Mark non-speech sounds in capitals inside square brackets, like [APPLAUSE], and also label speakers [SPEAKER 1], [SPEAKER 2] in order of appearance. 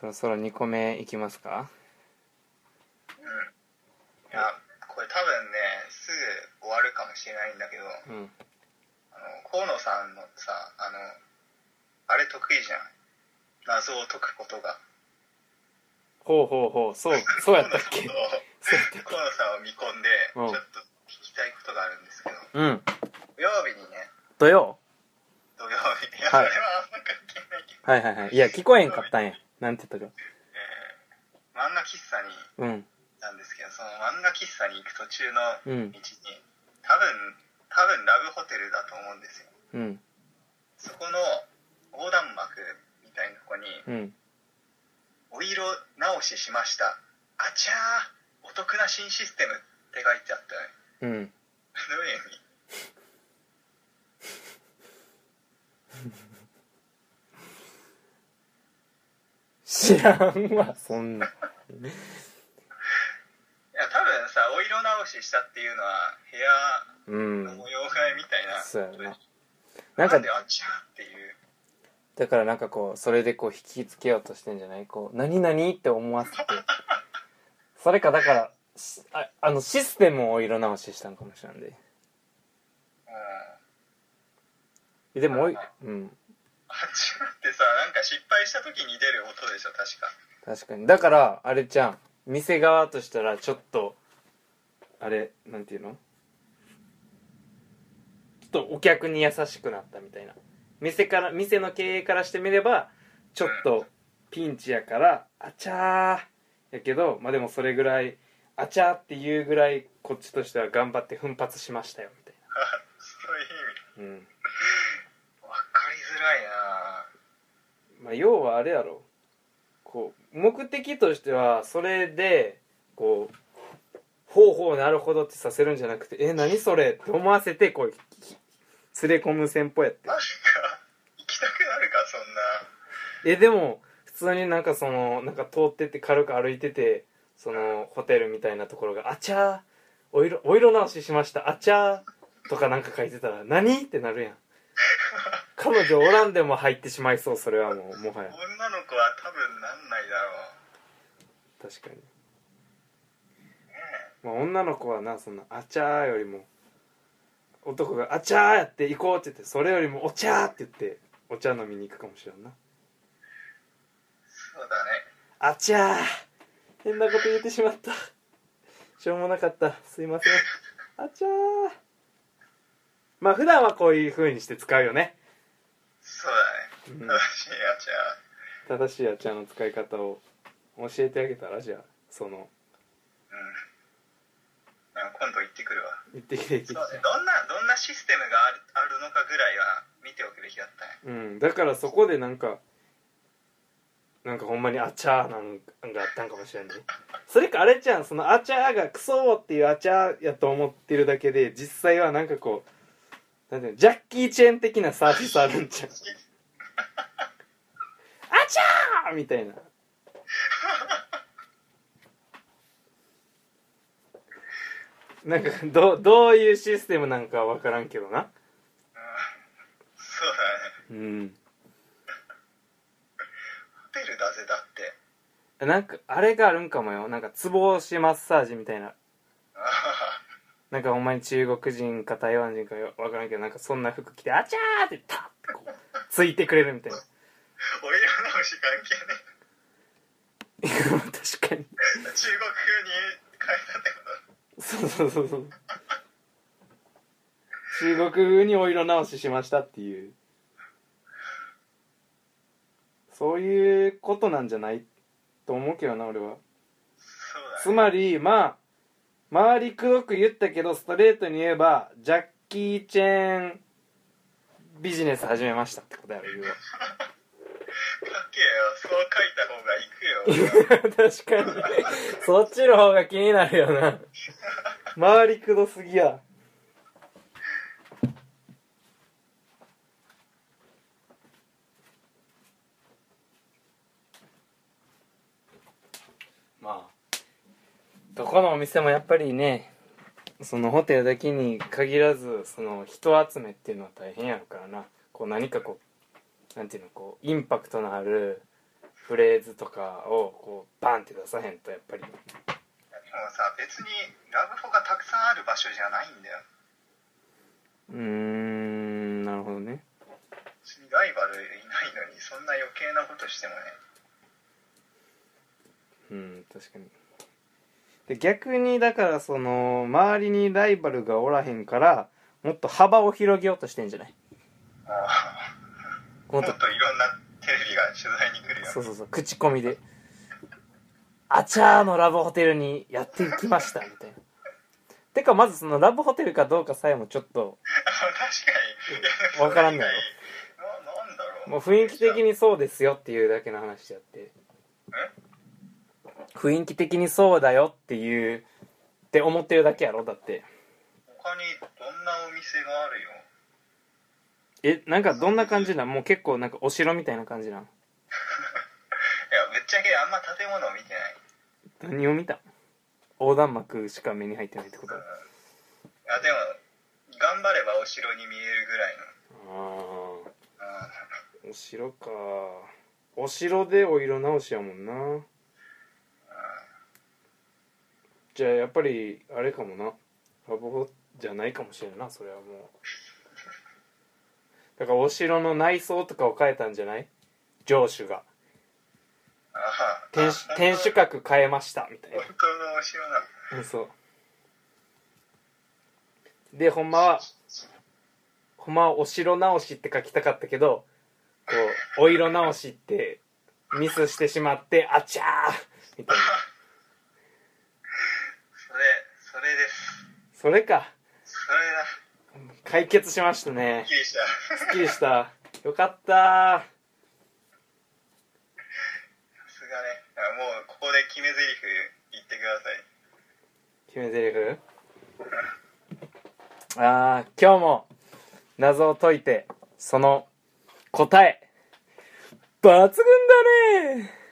[SPEAKER 1] そろそろ2個目いきますか
[SPEAKER 2] いやこれ多分ねすぐ終わるかもしれないんだけどあ
[SPEAKER 1] うん
[SPEAKER 2] の河野さんのさあのあれ得意じゃん謎を解くことが
[SPEAKER 1] ほうほうほうそうそうやったっけ
[SPEAKER 2] 河野さんを
[SPEAKER 1] そうやったっ
[SPEAKER 2] 河野さんを見込んでち
[SPEAKER 1] うん
[SPEAKER 2] ょっと聞きたいことがあるんですけど
[SPEAKER 1] けうん
[SPEAKER 2] 土曜日にね
[SPEAKER 1] 土曜
[SPEAKER 2] 土曜日にいやそ
[SPEAKER 1] はい
[SPEAKER 2] れはあんま関係ないけど、
[SPEAKER 1] はいはいはいいや聞こえんかったんやなんて言ったか
[SPEAKER 2] えー漫画喫茶
[SPEAKER 1] う
[SPEAKER 2] に
[SPEAKER 1] ん
[SPEAKER 2] なんですけどその漫画喫茶に行く途中の道
[SPEAKER 1] うん
[SPEAKER 2] に、多分多分ラブホテルだと思うんですよ
[SPEAKER 1] うん
[SPEAKER 2] そこの横断幕みたいなとこに
[SPEAKER 1] うん
[SPEAKER 2] 「お色直ししましたあちゃーお得な新システム」って書いてあったよ
[SPEAKER 1] う
[SPEAKER 2] ね
[SPEAKER 1] ん
[SPEAKER 2] どういう意味
[SPEAKER 1] 知らんわそんない
[SPEAKER 2] や多分さお色直ししたっていうのは部屋
[SPEAKER 1] うん
[SPEAKER 2] の模様替えみたいな、
[SPEAKER 1] そうやなな
[SPEAKER 2] なん
[SPEAKER 1] んか
[SPEAKER 2] であちゃーっていう
[SPEAKER 1] だからなんかこうそれでこう引きつけようとしてんじゃないこう「何々?」って思わせてそれかだからしああのシステムを色直ししたんかもしれんで
[SPEAKER 2] うん
[SPEAKER 1] えでもおいうん
[SPEAKER 2] あちゃーってさなんか失敗した時に出る音でしょ確か [LAUGHS]
[SPEAKER 1] 確かにだからあれじゃん店側としたらちょっとあれなんていうのちょっとお客に優しくなったみたいな店から店の経営からしてみればちょっとピンチやからあちゃーやけどまあでもそれぐらいあちゃーっていうぐらいこっちとしては頑張って奮発しましたよみたい
[SPEAKER 2] あそうい
[SPEAKER 1] な
[SPEAKER 2] う意味
[SPEAKER 1] うん
[SPEAKER 2] わかりづらいな
[SPEAKER 1] まあ、要はあれやろこう目的としてはそれでこう「ほうほうなるほど」ってさせるんじゃなくて「え何それ?」って思わせてこうひ連れ込む戦法やって
[SPEAKER 2] マジか行きたくなるかそんな
[SPEAKER 1] えでも普通になんかそのなんか通ってって軽く歩いててそのホテルみたいなところが「あちゃーお色お色直ししましたあちゃー」とかなんか書いてたら「何?」ってなるやん彼女おらんでも入ってしまいそうそれはもうもはや
[SPEAKER 2] 女の子は多分なんないだろ
[SPEAKER 1] 確かに、まあ、女の子はなそんな「あちゃー」よりも男が「あちゃー」やって行こうって言ってそれよりも「おちゃー」って言ってお茶飲みに行くかもしれんな
[SPEAKER 2] うそうだね
[SPEAKER 1] 「あちゃー」変なこと言ってしまったしょうもなかったすいません「あちゃー」まあ普段はこういう風にして使うよね、
[SPEAKER 2] そうだ
[SPEAKER 1] うん
[SPEAKER 2] ね、正しいやじゃあ
[SPEAKER 1] 正しい「あちゃー」の使い方を教えてあげたらじゃあその
[SPEAKER 2] うんなんか今度行ってくるわ
[SPEAKER 1] 言ってきてきて
[SPEAKER 2] そうねどんなどんなシステムがあるあるのかぐらいは見ておくべきだったね
[SPEAKER 1] うん、だからそこでなんかなんかほんまに「あちゃー」なんかあったんかもしれんねそれかあれじゃんその「あちゃー」が「クソー」っていう「あちゃー」やと思ってるだけで実際はなんかこうなんていうのジャッキー・チェン的なサービスあるんじゃん「あちゃー」みたい [LAUGHS] ななんかどうどういうシステムなんかは分からんけどな
[SPEAKER 2] そうだね
[SPEAKER 1] うん
[SPEAKER 2] ホテルだぜだって
[SPEAKER 1] なんかあれがあるんかもよなんかツボ押しマッサージみたいな
[SPEAKER 2] ああ
[SPEAKER 1] なんかほんまに中国人か台湾人かよわからんけどなんかそんな服着て「あちゃー!」ってタッてこうついてくれるみたいな
[SPEAKER 2] お色直し関係ね
[SPEAKER 1] 確かに
[SPEAKER 2] え中国に変えたってこと
[SPEAKER 1] そうそうそうそう中国風にお色直ししましたっていうそういうことなんじゃないと思うけどな俺は
[SPEAKER 2] そうだね
[SPEAKER 1] つまりまあ回りくどく言ったけどストレートに言えばジャッキー・チェーンビジネス始めましたってことやろ言うわ
[SPEAKER 2] 書けよそう書いた方が行くよ
[SPEAKER 1] [LAUGHS] 確かにそっちの方が気になるよな回りくどすぎやまあどこのお店もやっぱりねそのホテルだけに限らずその人集めっていうのは大変やろからなこう何かこうなんていうのこうインパクトのあるフレーズとかをこうバンって出さへんとやっぱり
[SPEAKER 2] でもさ別にラブホがたくさんある場所じゃないんだよ
[SPEAKER 1] うーんなるほどね
[SPEAKER 2] 別にライバルいないのにそんな余計なことしてもね
[SPEAKER 1] うん確かにで逆にだからその周りにライバルがおらへんからもっと幅を広げようとしてんじゃない
[SPEAKER 2] ああ
[SPEAKER 1] も
[SPEAKER 2] も
[SPEAKER 1] っ
[SPEAKER 2] っ
[SPEAKER 1] と
[SPEAKER 2] といろんなテレビが取材に来るよ
[SPEAKER 1] そうそうそう口コミで「あちゃーのラブホテルにやってきました」みたいなてかまずそのラブホテルかどうかさえもちょっと
[SPEAKER 2] 確かにいやでも
[SPEAKER 1] わからんだろ
[SPEAKER 2] ななんだろう
[SPEAKER 1] もう雰囲気的にそうですよっていうだけの話であって雰囲気的にそうだよっていうって思ってるだけやろだって
[SPEAKER 2] 他にどんなお店があるよ
[SPEAKER 1] えなんかどんな感じなんもう結構なんかお城みたいな感じなん
[SPEAKER 2] いやぶっちゃけあんま建物見てない
[SPEAKER 1] 何を見たん横断幕しか目に入ってないってことあ
[SPEAKER 2] あでも頑張ればお城に見えるぐらいの
[SPEAKER 1] あ
[SPEAKER 2] あ
[SPEAKER 1] お城かお城でお色直しやもんなじゃあやっぱりあれかもなラブホじゃないかもしれんなそれはもうだからお城の内装とかを変えたんじゃない城主が
[SPEAKER 2] ああ
[SPEAKER 1] 天守天守閣変えましたみたい
[SPEAKER 2] 本当のお城なの
[SPEAKER 1] なうんそうでほんまはほんまはお城直しって書きたかったけど、こう、お色直しってミスしてしまって、あちゃーみたいな。
[SPEAKER 2] それそれです
[SPEAKER 1] それか。
[SPEAKER 2] それだ
[SPEAKER 1] 解決しましたね
[SPEAKER 2] びっ。きり [LAUGHS] した
[SPEAKER 1] すっきりした。よかった
[SPEAKER 2] さすがねあもうここで決め台詞言ってください
[SPEAKER 1] ー。決め台詞あー、今日も謎を解いて、その答え、抜群だねー